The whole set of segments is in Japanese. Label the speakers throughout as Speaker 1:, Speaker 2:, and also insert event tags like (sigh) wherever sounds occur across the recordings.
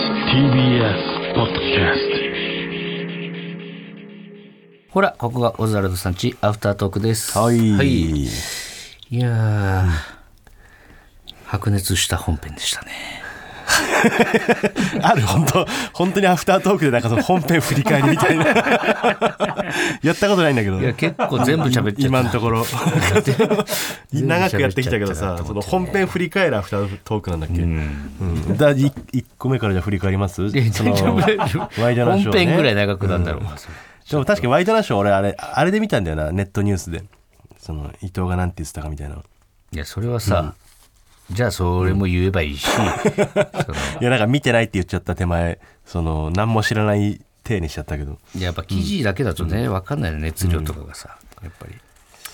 Speaker 1: TBS ポッドキャスト
Speaker 2: ほら、ここがオズワルドさんち、アフタートークです。
Speaker 3: はい。
Speaker 2: い、いやー、白熱した本編でしたね。
Speaker 3: ある、本当本当にアフタートークでなんかその本編振り返りみたい
Speaker 2: (laughs)
Speaker 3: な。やったことないんだけど。
Speaker 2: いや、結構全部喋っちゃった。
Speaker 3: 今のとこ
Speaker 2: (laughs)
Speaker 3: ろ。
Speaker 2: 全部
Speaker 3: 長くやってきたけど
Speaker 2: 喋っ
Speaker 3: さ
Speaker 2: ちゃったな、と
Speaker 3: そ
Speaker 2: 思
Speaker 3: の
Speaker 2: って
Speaker 3: 本編振り返るアフタートークなんだっけ。うんだ、い一個目からじゃあ振り返ります
Speaker 2: いや
Speaker 3: その
Speaker 2: 大丈夫大丈夫
Speaker 3: ワイドナショー
Speaker 2: 本
Speaker 3: ね
Speaker 2: 編ぐらい長くなんだろうな、それ
Speaker 3: でも確かにワイドナショー俺あれ、あれで見たんだよな、ネットニュースで。その、伊藤がなんて言ってたかみたいな。
Speaker 2: いや、それはさ、じゃあそれも言えばいいし、その
Speaker 3: いや、なんか見てないって言っちゃった手前、その、何も知らない体にしちゃったけど。
Speaker 2: やっぱ記事だけだとね、わかんないね、熱量とかがさ、やっぱり。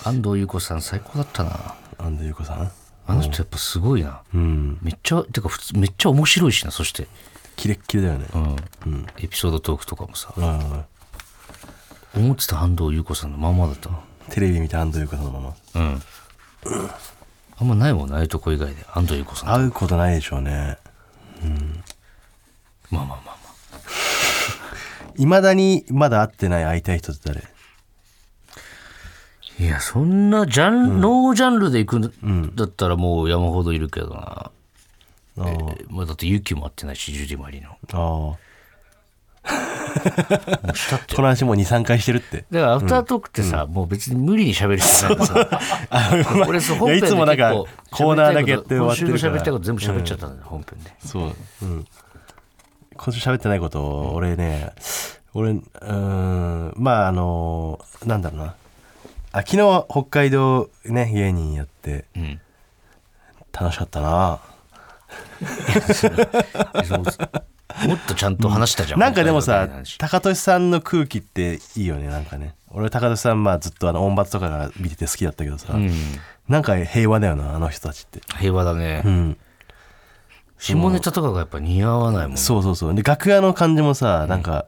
Speaker 2: 安藤優子さん最高だったな。
Speaker 3: 安藤優子さん
Speaker 2: あの人やっぱすごいな。
Speaker 3: うん。
Speaker 2: めっちゃ、てか普通、めっちゃ面白いしな、そして。
Speaker 3: キレッキレだよね。
Speaker 2: うん、エピソードトークとかもさ、
Speaker 3: うん。
Speaker 2: 思ってた安藤優子さんのまんまだったわ
Speaker 3: テレビ見た安藤優子さんのまま。
Speaker 2: うんあんまないもんねああいうとこ以外で安藤優子さん
Speaker 3: 会うことないでしょうね。
Speaker 2: まあまあまあま
Speaker 3: いまだにまだ会ってない会いたい人って誰
Speaker 2: あいやそんなジャン、ノージャンルで行くんだったらもう山ほどいるけどな、
Speaker 3: あー
Speaker 2: えまあ、だってユキも会ってないしジュディマリの
Speaker 3: あー。この話もう2、3回してるって。
Speaker 2: だからアフタートークってさ、もう別に無理に喋る必要ないからさ (laughs) 俺そう本
Speaker 3: いや
Speaker 2: 編で
Speaker 3: いつもなんか
Speaker 2: 結構
Speaker 3: コーナーだけやって終わ
Speaker 2: 今
Speaker 3: って
Speaker 2: 週
Speaker 3: る
Speaker 2: の
Speaker 3: から
Speaker 2: 喋りたいこと全部喋っちゃったんだよ、本編で
Speaker 3: そう。うん。今週喋ってないことを、俺ね、俺、うーん、まああの、なんだろうな。あ、昨日北海道ね、芸人やって
Speaker 2: うん
Speaker 3: 楽しかったな。
Speaker 2: そうもっとちゃんと話したじゃん、
Speaker 3: なんかでも
Speaker 2: 本
Speaker 3: さ
Speaker 2: 編の話
Speaker 3: 高俊さんの空気っていいよねなんかね俺高俊さんまあずっとあの音バツとかから見てて好きだったけどさ、
Speaker 2: うん、
Speaker 3: なんか平和だよなあの人たちって
Speaker 2: 平和だね、
Speaker 3: うん
Speaker 2: 下ネタとかがやっぱ似合わないもんね
Speaker 3: そうそうそうで楽屋の感じもさなんか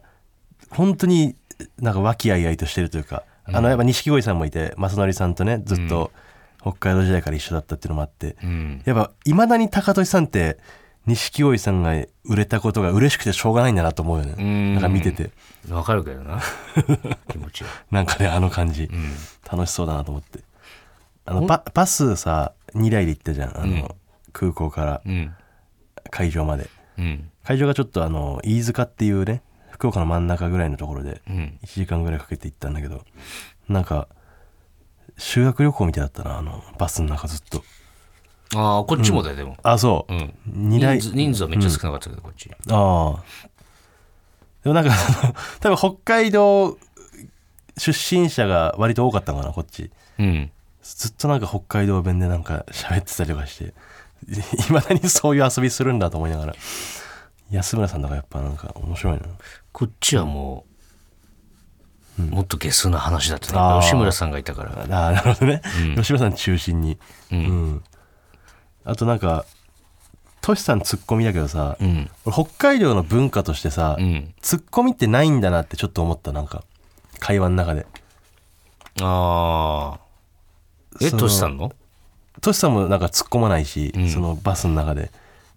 Speaker 3: 本当になんか和気あいあいとしてるというか、あのやっぱ錦鯉さんもいて正則さんとねずっと北海道時代から一緒だったっていうのもあって、
Speaker 2: うん、
Speaker 3: やっぱいまだに高俊さんって錦鯉さんが売れたことが嬉しくてしょうがないんだなと思うよね、
Speaker 2: ん
Speaker 3: なんか見てて
Speaker 2: わかるけど (laughs) な気持ちは
Speaker 3: なんかねあの感じ、楽しそうだなと思ってあのババスさ2台で行ったじゃんあの、空港から
Speaker 2: うん
Speaker 3: 会場まで
Speaker 2: うん
Speaker 3: 会場がちょっとあの飯塚っていうね福岡の真ん中ぐらいのところで
Speaker 2: うん
Speaker 3: 1時間ぐらいかけて行ったんだけどなんか修学旅行みたいだったなあのバスの中ずっと
Speaker 2: ああこっちもだよ、でも
Speaker 3: あそうう、
Speaker 2: ん
Speaker 3: 2
Speaker 2: 人
Speaker 3: 台
Speaker 2: 数人数はめっちゃ少なかったけど、こっち
Speaker 3: ああでもなんか多分北海道出身者が割と多かったのかなこっち
Speaker 2: うん
Speaker 3: ずっとなんか北海道弁でなんか喋ってたりとかして、 (laughs) いまだにそういう遊びするんだと思いながら。安村さんとかやっぱなんか面白いな。
Speaker 2: こっちはもう、もっとゲスな話だった
Speaker 3: あ
Speaker 2: ね
Speaker 3: あ
Speaker 2: 吉村さんがいたから
Speaker 3: ああ、なるほどね。吉村さん中心に。
Speaker 2: うん
Speaker 3: あとなんか、トシさんツッコミだけどさ、
Speaker 2: うん
Speaker 3: 俺北海道の文化としてさ、
Speaker 2: うん
Speaker 3: ツッコミってないんだなってちょっと思った、なんか、会話の中で。
Speaker 2: ああえ
Speaker 3: その
Speaker 2: トシさんの
Speaker 3: トシさんもなんか突っ込まないし、
Speaker 2: うん
Speaker 3: そのバスの中で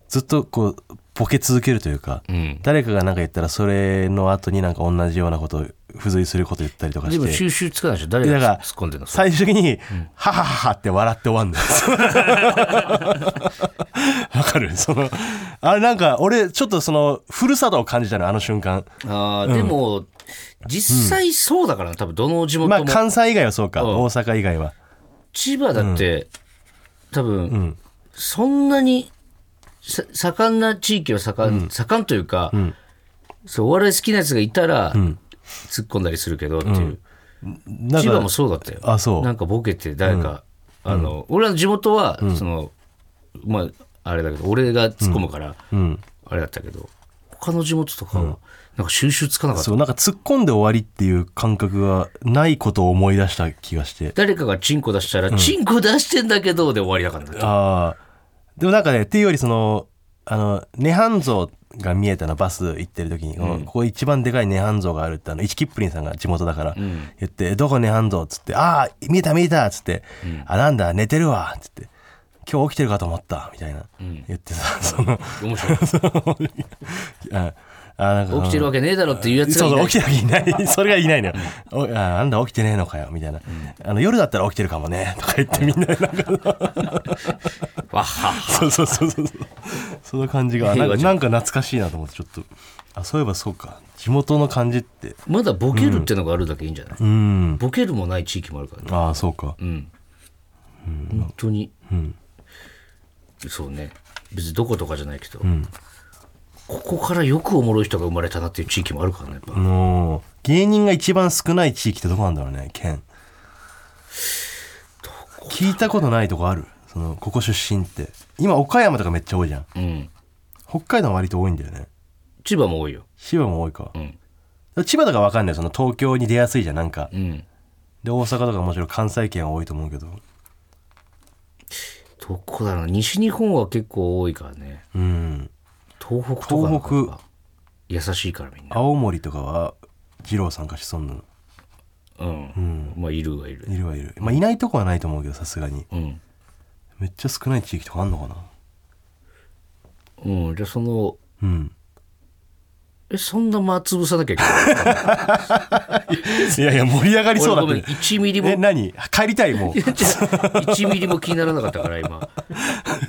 Speaker 3: ずっとこうボケ続けるというか、
Speaker 2: うん
Speaker 3: 誰かが何か言ったらそれの後になんか同じようなことを付随すること言ったりとか
Speaker 2: でも
Speaker 3: して
Speaker 2: 収集つかないでしょ誰
Speaker 3: だから
Speaker 2: が突っ込んでるのそれ
Speaker 3: 最終的に「はははは」って笑って終わるんだよ (laughs) わかるそのあれなんか俺ちょっとそのふるさとを感じたのあの瞬間
Speaker 2: ああでも、実際そうだからな多分どの地元も、
Speaker 3: まあ関西以外はそうか、
Speaker 2: うん
Speaker 3: 大阪以外は
Speaker 2: 千葉だって、多分、そんなにさ盛んな地域は盛ん,、盛んというか、そうお笑い好きなやつがいたら、突っ込んだりするけどっていう、
Speaker 3: なん
Speaker 2: 千葉も
Speaker 3: か
Speaker 2: そうだったよ
Speaker 3: あそう
Speaker 2: なんかボケて誰か、あの俺らの地元は、そのまああれだけど俺が突っ込むから、あれだったけど他の地元とかは、なんか収集つかなかった
Speaker 3: そうなんか突っ込んで終わりっていう感覚がないことを思い出した気がして
Speaker 2: 誰かがチンコ出したら、チンコ出してんだけどで終わりだからな
Speaker 3: ああでもなんかねっていうよりそのあの涅槃像が見えたのバス行ってる時に、このここ一番でかい涅槃像があるってあの一キップリンさんが地元だから言って「どこ涅槃像」っつって「ああ見えた見えた」っつって「あなんだ寝てるわ」っつって今日起きてるかと思ったみたいな、
Speaker 2: ん
Speaker 3: 言ってさ (laughs) その
Speaker 2: 面白い。
Speaker 3: ああなんか
Speaker 2: 起きてるわけねえだろっていうやつ
Speaker 3: そ
Speaker 2: が
Speaker 3: う
Speaker 2: い
Speaker 3: そ
Speaker 2: な
Speaker 3: う
Speaker 2: い
Speaker 3: 起きてるわけい
Speaker 2: (laughs)
Speaker 3: ないそれがいないのよおああんだ起きてねえのかよみたいな、あの夜だったら起きてるかもねとか言ってみんななんか
Speaker 2: わっは。
Speaker 3: そうそうそうそうその感じがなんかなんか懐かしいなと思ってちょっとあそういえばそうか地元の感じって
Speaker 2: まだボケるってのがあるだけいいんじゃない
Speaker 3: うん
Speaker 2: ボケるもない地域もあるからね。
Speaker 3: ああそうか
Speaker 2: うん。本当に。そうね。別にどことかじゃないけど。ここからよくおもろい人が生まれたなっていう地域もあるからね、やっぱ
Speaker 3: あのー芸人が一番少ない地域ってどこなんだろうね県聞いたことないとこあるそのここ出身って今岡山とかめっちゃ多いじゃん
Speaker 2: うん。
Speaker 3: 北海道は割と多いんだよね
Speaker 2: 千葉も多いよ。
Speaker 3: 千葉も多いか
Speaker 2: うん。
Speaker 3: 千葉とかわかんないその東京に出やすいじゃんなんか
Speaker 2: うん。
Speaker 3: で大阪とかもちろん関西圏は多いと思うけど
Speaker 2: どこだろう西日本は結構多いからね。
Speaker 3: うん
Speaker 2: 東北とかなんか
Speaker 3: 東北
Speaker 2: やっぱ優しいからみんな。
Speaker 3: 青森とかは二郎さんかしそんなの
Speaker 2: うん。まあ、いるはいる。
Speaker 3: いるはいるまあいないとこはないと思うけどさすがに
Speaker 2: うん。
Speaker 3: めっちゃ少ない地域とかあんのかな
Speaker 2: うん。じゃあその、
Speaker 3: うん
Speaker 2: え、そんな間潰さなきゃいけない。
Speaker 3: (laughs) いやいや盛り上がり (laughs) そう
Speaker 2: 俺
Speaker 3: だ
Speaker 2: ご
Speaker 3: っ
Speaker 2: めん、
Speaker 3: て
Speaker 2: 1ミリも
Speaker 3: え、何帰りたいもう
Speaker 2: 1ミリも気にならなかったから、今。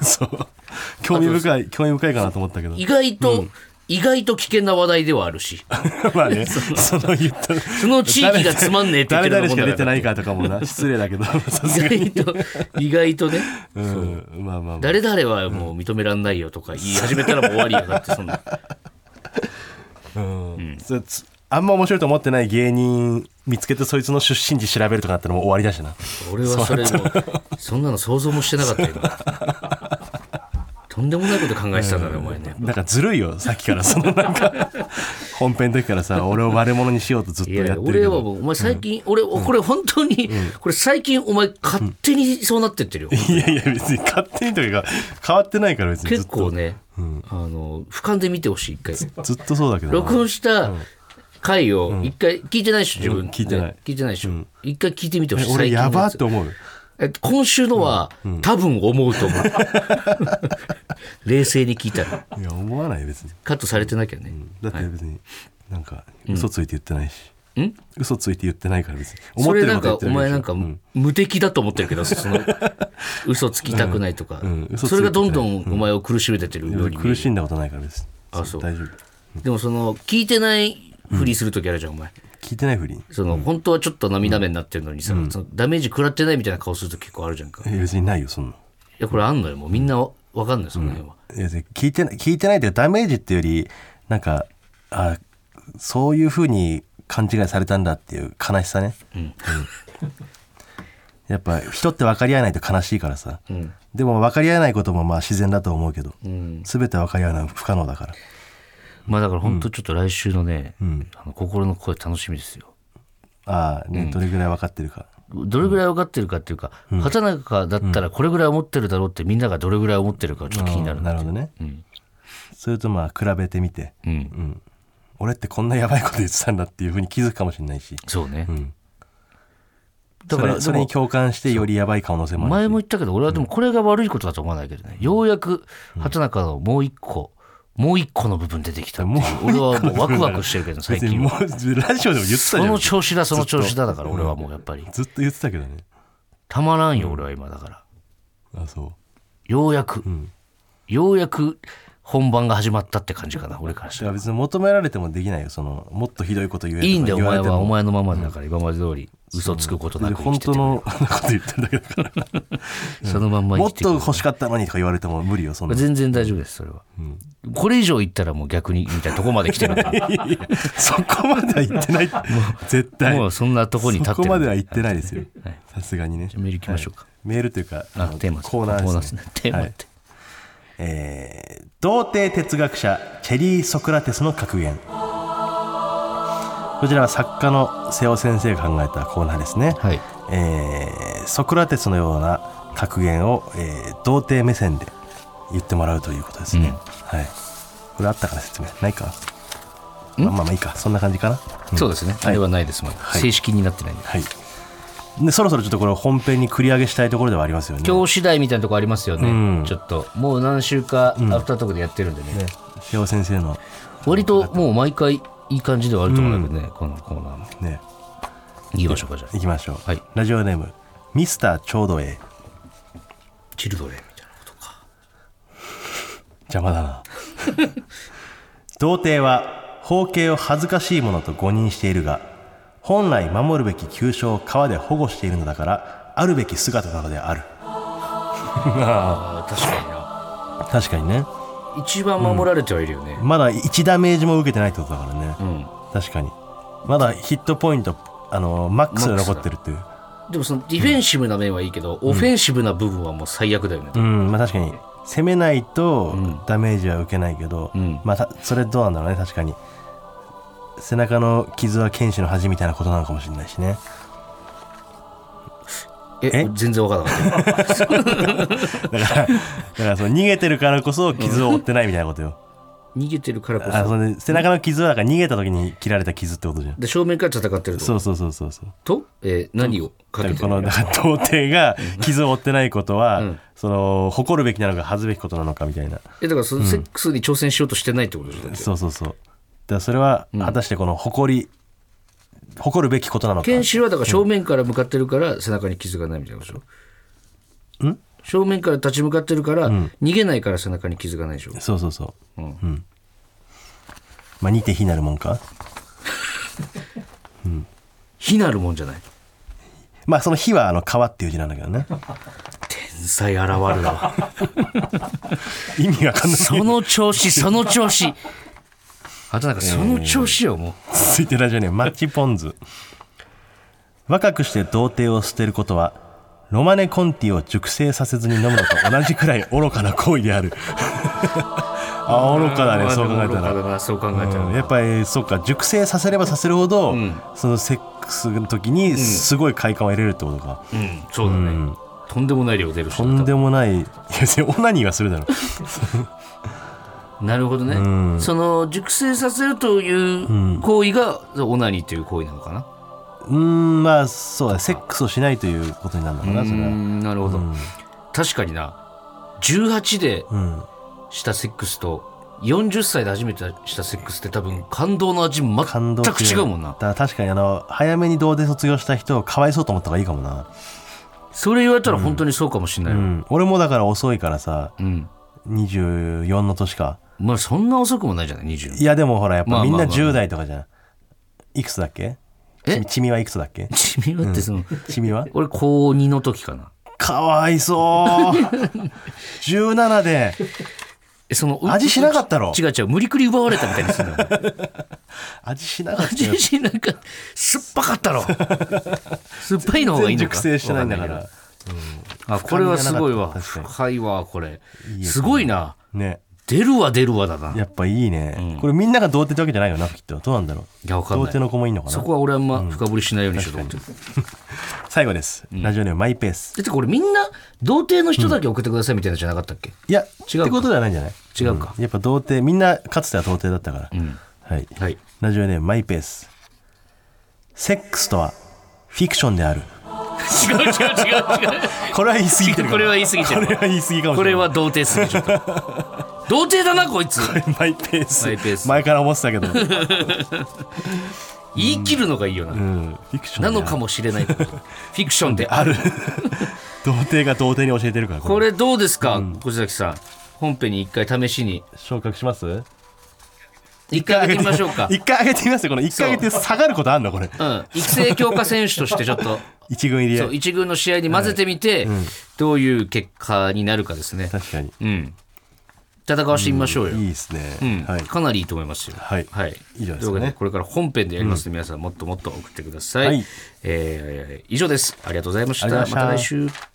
Speaker 3: そう (laughs) 興味深い興味深いかなと思ったけど
Speaker 2: 意外と、意外と危険な話題ではあるし、
Speaker 3: (laughs) まあねその言った
Speaker 2: その地域がつまんねえって言って
Speaker 3: 誰
Speaker 2: る
Speaker 3: 々し
Speaker 2: ようなもん
Speaker 3: か
Speaker 2: だ
Speaker 3: 出てないいかとかも (laughs) な失礼だけどさすがに
Speaker 2: 意外と、意外とね、
Speaker 3: うんまあまあまあ
Speaker 2: 誰々はもう認めらんないよとか言い始めたらもう終わりやがって、そんな。
Speaker 3: うんそつあんま面白いと思ってない芸人見つけてそいつの出身地調べるとかだったらもう終わりだしな
Speaker 2: 俺はそれもう、そんなの想像もしてなかったよ今。とんでもないこと考えてたんだね、お前ね。
Speaker 3: なんかずるいよさっきからそのなん
Speaker 2: (laughs)
Speaker 3: か本編の時からさ俺を悪者にしようとずっと
Speaker 2: い
Speaker 3: やって
Speaker 2: や
Speaker 3: るけど
Speaker 2: 俺はもう、お前最近、俺、これ本当に、これ最近お前勝手にそうなってってるよ。
Speaker 3: いやいや別に勝手にというか変わってないから別にず
Speaker 2: 結
Speaker 3: っと
Speaker 2: 構ね、あの、俯瞰で見てほしい、一回。
Speaker 3: ずっとそうだけどな
Speaker 2: 録音した回を一回聞いてないでしょ、自
Speaker 3: うん
Speaker 2: 分。
Speaker 3: 聞いてない
Speaker 2: ね聞いてないでしょ。一回聞いてみてほし
Speaker 3: え
Speaker 2: い。
Speaker 3: 俺
Speaker 2: 最近の
Speaker 3: や
Speaker 2: や
Speaker 3: ばっ
Speaker 2: つ
Speaker 3: て思う
Speaker 2: え今週のは、多分思うと思う。 (laughs) 冷静に聞いたら。
Speaker 3: いや思わない別に
Speaker 2: カットされてなきゃね。
Speaker 3: だって別になんか嘘ついて言ってないし、
Speaker 2: うん
Speaker 3: 嘘ついて言ってないから別に
Speaker 2: そ
Speaker 3: 思っ
Speaker 2: れ
Speaker 3: てる
Speaker 2: な
Speaker 3: こと言っ、
Speaker 2: んか
Speaker 3: て
Speaker 2: お
Speaker 3: るわけ
Speaker 2: 前
Speaker 3: でし
Speaker 2: な
Speaker 3: ょ
Speaker 2: んか、無敵だと思ってるけ
Speaker 3: (laughs)
Speaker 2: ど、その、嘘つきたくないとか
Speaker 3: うん嘘ついてない。
Speaker 2: それがどんどんお前を苦しめてってるように見え
Speaker 3: 苦
Speaker 2: る
Speaker 3: しんだことないから別に
Speaker 2: あそう
Speaker 3: 大丈夫
Speaker 2: でもその、聞いてないふりするときあるじゃん、お前。
Speaker 3: 聞いてないふりに
Speaker 2: その、本当はちょっと涙目になってるのにさ、そのダメージ食らってないみたいな顔すると結構あるじゃんか。い
Speaker 3: え別にないよそんな
Speaker 2: や、これあんのよ。もうみんなわかんない、その辺は。
Speaker 3: いやで聞いてない聞いてないというかダメージっていうよりなんかあそういうふうに勘違いされたんだっていう悲しさね、うん (laughs) やっぱ人って分かり合えないと悲しいからさ、でも分かり合えないこともまあ自然だと思うけど、全て分かり合うのは不可能だから
Speaker 2: まあだから本当ちょっと来週のね、あの心の声楽しみですよ。
Speaker 3: ああね、どれぐらい分かってるか
Speaker 2: どれぐらい分かってるかっていうか、畑中だったらこれぐらい思ってるだろうってみんながどれぐらい思ってるかちょっと気になる。
Speaker 3: なるほどね、それとまあ比べてみて
Speaker 2: うん。
Speaker 3: 俺ってこんなやばいこと言ってたんだっていうふうに気づくかもしれないし
Speaker 2: そうね。
Speaker 3: だ
Speaker 2: だ
Speaker 3: か
Speaker 2: からら
Speaker 3: それそ
Speaker 2: で
Speaker 3: れ
Speaker 2: も
Speaker 3: に共感してよりやばい可能性もある
Speaker 2: 前も言ったけど、俺はでもこれが悪いことだと思わないけどね。ようやく畑中のもう一個、もう一個の部分出てきたっていう俺はもうワクワクしてるけど、最
Speaker 3: 別に
Speaker 2: 近は
Speaker 3: もうラジオでも言ってたじゃ
Speaker 2: そ
Speaker 3: ん
Speaker 2: の調子だ、その調子だだから、俺はもうやっぱり。
Speaker 3: ずっと言ってたけどね
Speaker 2: たまらんよ、俺は今だから。
Speaker 3: あそ
Speaker 2: ようやく、ようやく本番が始まったって感じかな、俺からし
Speaker 3: うい
Speaker 2: たら。
Speaker 3: や別に求められてもできないよそのもっとひどいこと言えとか
Speaker 2: いいんだよ、お
Speaker 3: 言わ
Speaker 2: 前
Speaker 3: れて
Speaker 2: は。お
Speaker 3: も
Speaker 2: 前のままだから、今まで通り嘘つくことなく生
Speaker 3: 本
Speaker 2: きて
Speaker 3: 当
Speaker 2: て、
Speaker 3: のこと言ってるだけだから
Speaker 2: そのまん
Speaker 3: (laughs)
Speaker 2: ま
Speaker 3: も
Speaker 2: 生
Speaker 3: っ
Speaker 2: きて
Speaker 3: と
Speaker 2: く
Speaker 3: 欲しかったのにとか言われても無理よそんな
Speaker 2: 全然大丈夫です、それは。これ以上言ったらもう逆に、みたいなとこまで来てる
Speaker 3: (laughs)
Speaker 2: から。
Speaker 3: そこまでは言ってない絶対
Speaker 2: もうそんなとこに立っ
Speaker 3: そ
Speaker 2: てる。
Speaker 3: こまでは言ってないですよさすがにね
Speaker 2: メール行きましょうか
Speaker 3: はいメールというか
Speaker 2: あ
Speaker 3: の
Speaker 2: テーマです
Speaker 3: コーナーですね
Speaker 2: ね。テーマって。
Speaker 3: えー童貞哲学者チェリー・ソクラテスの格言こちらは作家の瀬尾先生が考えたコーナーですね、
Speaker 2: はい
Speaker 3: えーソクラテスのような格言を、えー童貞目線で言ってもらうということですね、
Speaker 2: うん
Speaker 3: はい、これあったから説明ないかまあまあまあいいかそんな感じかな
Speaker 2: そうですね。あれはないです、まだ。正式になってないんで。
Speaker 3: はいでそろそろちょっとこれ本編に繰り上げしたいところではありますよね
Speaker 2: 今日次第みたいなとこありますよね、
Speaker 3: うん
Speaker 2: ちょっともう何週かアフタートークでやってるんでね、
Speaker 3: 瀬尾先生の
Speaker 2: 割ともう毎回いい感じではあると思うんだけどね、このコーナーも
Speaker 3: ね
Speaker 2: いきましょうかじゃあ
Speaker 3: 行きましょう、
Speaker 2: はい
Speaker 3: ラジオネームミスターちょうどええ
Speaker 2: チルドレンみたいなことか
Speaker 3: 邪魔だな童貞は包茎を恥ずかしいものと誤認しているが本来守るべき急所を川で保護しているのだからあるべき姿なのである
Speaker 2: あ確かにな
Speaker 3: 確かにね
Speaker 2: 一番守られてはいるよね
Speaker 3: まだ1ダメージも受けてないってことだからね、
Speaker 2: うん、
Speaker 3: 確かにまだヒットポイントあのマックスで残ってるっていう
Speaker 2: でもそのディフェンシブな面はいいけど、オフェンシブな部分はもう最悪だよね、
Speaker 3: うんまあ確かに攻めないとダメージは受けないけど、
Speaker 2: ん
Speaker 3: まあたそれどうなんだろうね確かに背中の傷は剣士の恥みたいなことなのかもしれないしね
Speaker 2: え
Speaker 3: え
Speaker 2: 全然わからな (laughs) かっ
Speaker 3: だ
Speaker 2: た
Speaker 3: からだからその逃げてるからこそ傷を負ってないみたいなことよ、
Speaker 2: 逃げてるからこ
Speaker 3: あ
Speaker 2: そ
Speaker 3: それで背中の傷はだから逃げた時に切られた傷ってことじゃん
Speaker 2: で正面から戦ってると
Speaker 3: そうそうそうそうそう
Speaker 2: と、えー何をか
Speaker 3: だ
Speaker 2: け
Speaker 3: からこの
Speaker 2: てる
Speaker 3: だから童貞が傷を負ってないことは、
Speaker 2: ん
Speaker 3: その誇るべきなのか恥ずべきことなのかみたいな
Speaker 2: えだからそのセックスに挑戦しようとしてないってことでしょだって
Speaker 3: そうそうそうだからそれは果たしてこの誇り、誇るべきことなのか
Speaker 2: 剣士はだから正面から向かってるから背中に傷がないみたいなことでしょ正面から立ち向かってるから、逃げないから背中に傷がないでしょ
Speaker 3: そうそうそう
Speaker 2: うん
Speaker 3: うんまあ似て非なるもんか
Speaker 2: 非なるもんじゃない
Speaker 3: まあその「非」はあの「川」っていう字なんだけどね
Speaker 2: 天才現るわ
Speaker 3: 意味わかんない
Speaker 2: その調子その調子あとなんかその調子よもう
Speaker 3: 続いてラジオネームマッチポンズ若くして童貞を捨てることはロマネ・コンティを熟成させずに飲むのと同じくらい愚かな行為であ
Speaker 2: (laughs)
Speaker 3: るあ愚かだねそう考えた
Speaker 2: 愚からだなそう考えたら、
Speaker 3: うんやっぱりそうか熟成させればさせるほど、そのセックスの時にすごい快感を得れるってことか、
Speaker 2: うんそうだね、とんでもない量出るし
Speaker 3: とんでもないいや別にオナニーはするだろ
Speaker 2: なるほどね、その熟成させるという行為が、オナニーという行為なのかな
Speaker 3: ううーんまあそうだねセックスをしないということになるのかなそれ
Speaker 2: うー
Speaker 3: は
Speaker 2: んなるほど、確かにな18で
Speaker 3: うん
Speaker 2: したセックスと40歳で初めてしたセックスって多分感動の味全
Speaker 3: 感動
Speaker 2: く違うもんな
Speaker 3: だから確かにあの早めに同で卒業した人をかわいそうと思った方がいいかもな、
Speaker 2: それ言われたら本当にそうかもしれないうわ
Speaker 3: ん、俺もだから遅いからさ
Speaker 2: うん、
Speaker 3: 24の年か
Speaker 2: まあそんな遅くもないじゃない20
Speaker 3: いやでもほらやっ
Speaker 2: まあ
Speaker 3: ぱみん
Speaker 2: まあ
Speaker 3: な
Speaker 2: まあ
Speaker 3: 10代とかじゃん、いくつだっけ
Speaker 2: え
Speaker 3: ちみちみはいくつだっけ
Speaker 2: 君はってその、
Speaker 3: ちみは
Speaker 2: 俺高2の時かな
Speaker 3: かわいそう17で
Speaker 2: えそのう
Speaker 3: 味しなかったろ
Speaker 2: う違う違う無理くり奪われたみたいにするの
Speaker 3: 味しなかったよ
Speaker 2: 味しなんか酸っぱかったろ酸っぱいの方がいい
Speaker 3: 全然
Speaker 2: のか
Speaker 3: 熟成してないんだか
Speaker 2: わん
Speaker 3: ら
Speaker 2: あこれはすごいわ
Speaker 3: 深みがなかった確
Speaker 2: 深いわこれすごいな
Speaker 3: ね
Speaker 2: 出るわ出るわだな
Speaker 3: やっぱいいね、これみんなが童貞ってわけじゃないよなきっとどうなんだろう
Speaker 2: いやわかんな
Speaker 3: 童
Speaker 2: い
Speaker 3: 貞の子もいいのか
Speaker 2: そ
Speaker 3: な
Speaker 2: こは俺あんま深掘りしないようにしようと思ってる
Speaker 3: 最後です、ラジオネームマイペース
Speaker 2: だってこれみんな童貞の人だけ送ってくださいみたいなのじゃなかったっけ
Speaker 3: いや
Speaker 2: 違うか
Speaker 3: ってことではないんじゃない
Speaker 2: 違うか
Speaker 3: やっぱ童貞みんなかつては童貞だったから、はい、
Speaker 2: はい
Speaker 3: ラジオネームマイペースセックスとはフィクションである
Speaker 2: 違う違う違う違う
Speaker 3: これは言い過ぎてるかも
Speaker 2: これは言い過ぎてる
Speaker 3: これは言い過ぎかもしれない
Speaker 2: これは童貞すぎちょっと童貞だなこいつ
Speaker 3: マイペース
Speaker 2: マイペース
Speaker 3: 前から思ってたけど、う、
Speaker 2: 言い切るのがいいよなん
Speaker 3: フィクションであ
Speaker 2: な
Speaker 3: る
Speaker 2: のかもしれないことフィクションであ
Speaker 3: あ
Speaker 2: る
Speaker 3: る童貞が童貞に教えてるから
Speaker 2: これどうですか小崎さん本編に一回試しに
Speaker 3: 昇格します
Speaker 2: 一回上げてみましょうか
Speaker 3: (laughs) 一回上げてみますよこの一回上げて下がることあんのこれ
Speaker 2: うん育成強化選手としてちょっと
Speaker 3: 一軍入り
Speaker 2: そ
Speaker 3: で
Speaker 2: う一軍の試合に混ぜてみて、どういう結果になるかですね。
Speaker 3: 確かに
Speaker 2: うん、戦わしてみましょうよ。
Speaker 3: いいですね、
Speaker 2: うん
Speaker 3: はい
Speaker 2: かなりいいと思いますよ。
Speaker 3: はい
Speaker 2: はい、
Speaker 3: いいじゃないですかね
Speaker 2: とうわけこれから本編でやりますので、皆さんもっともっと送ってください。
Speaker 3: はい
Speaker 2: えー以上です。ありがとうございました。
Speaker 3: ありがとうございました
Speaker 2: また来週。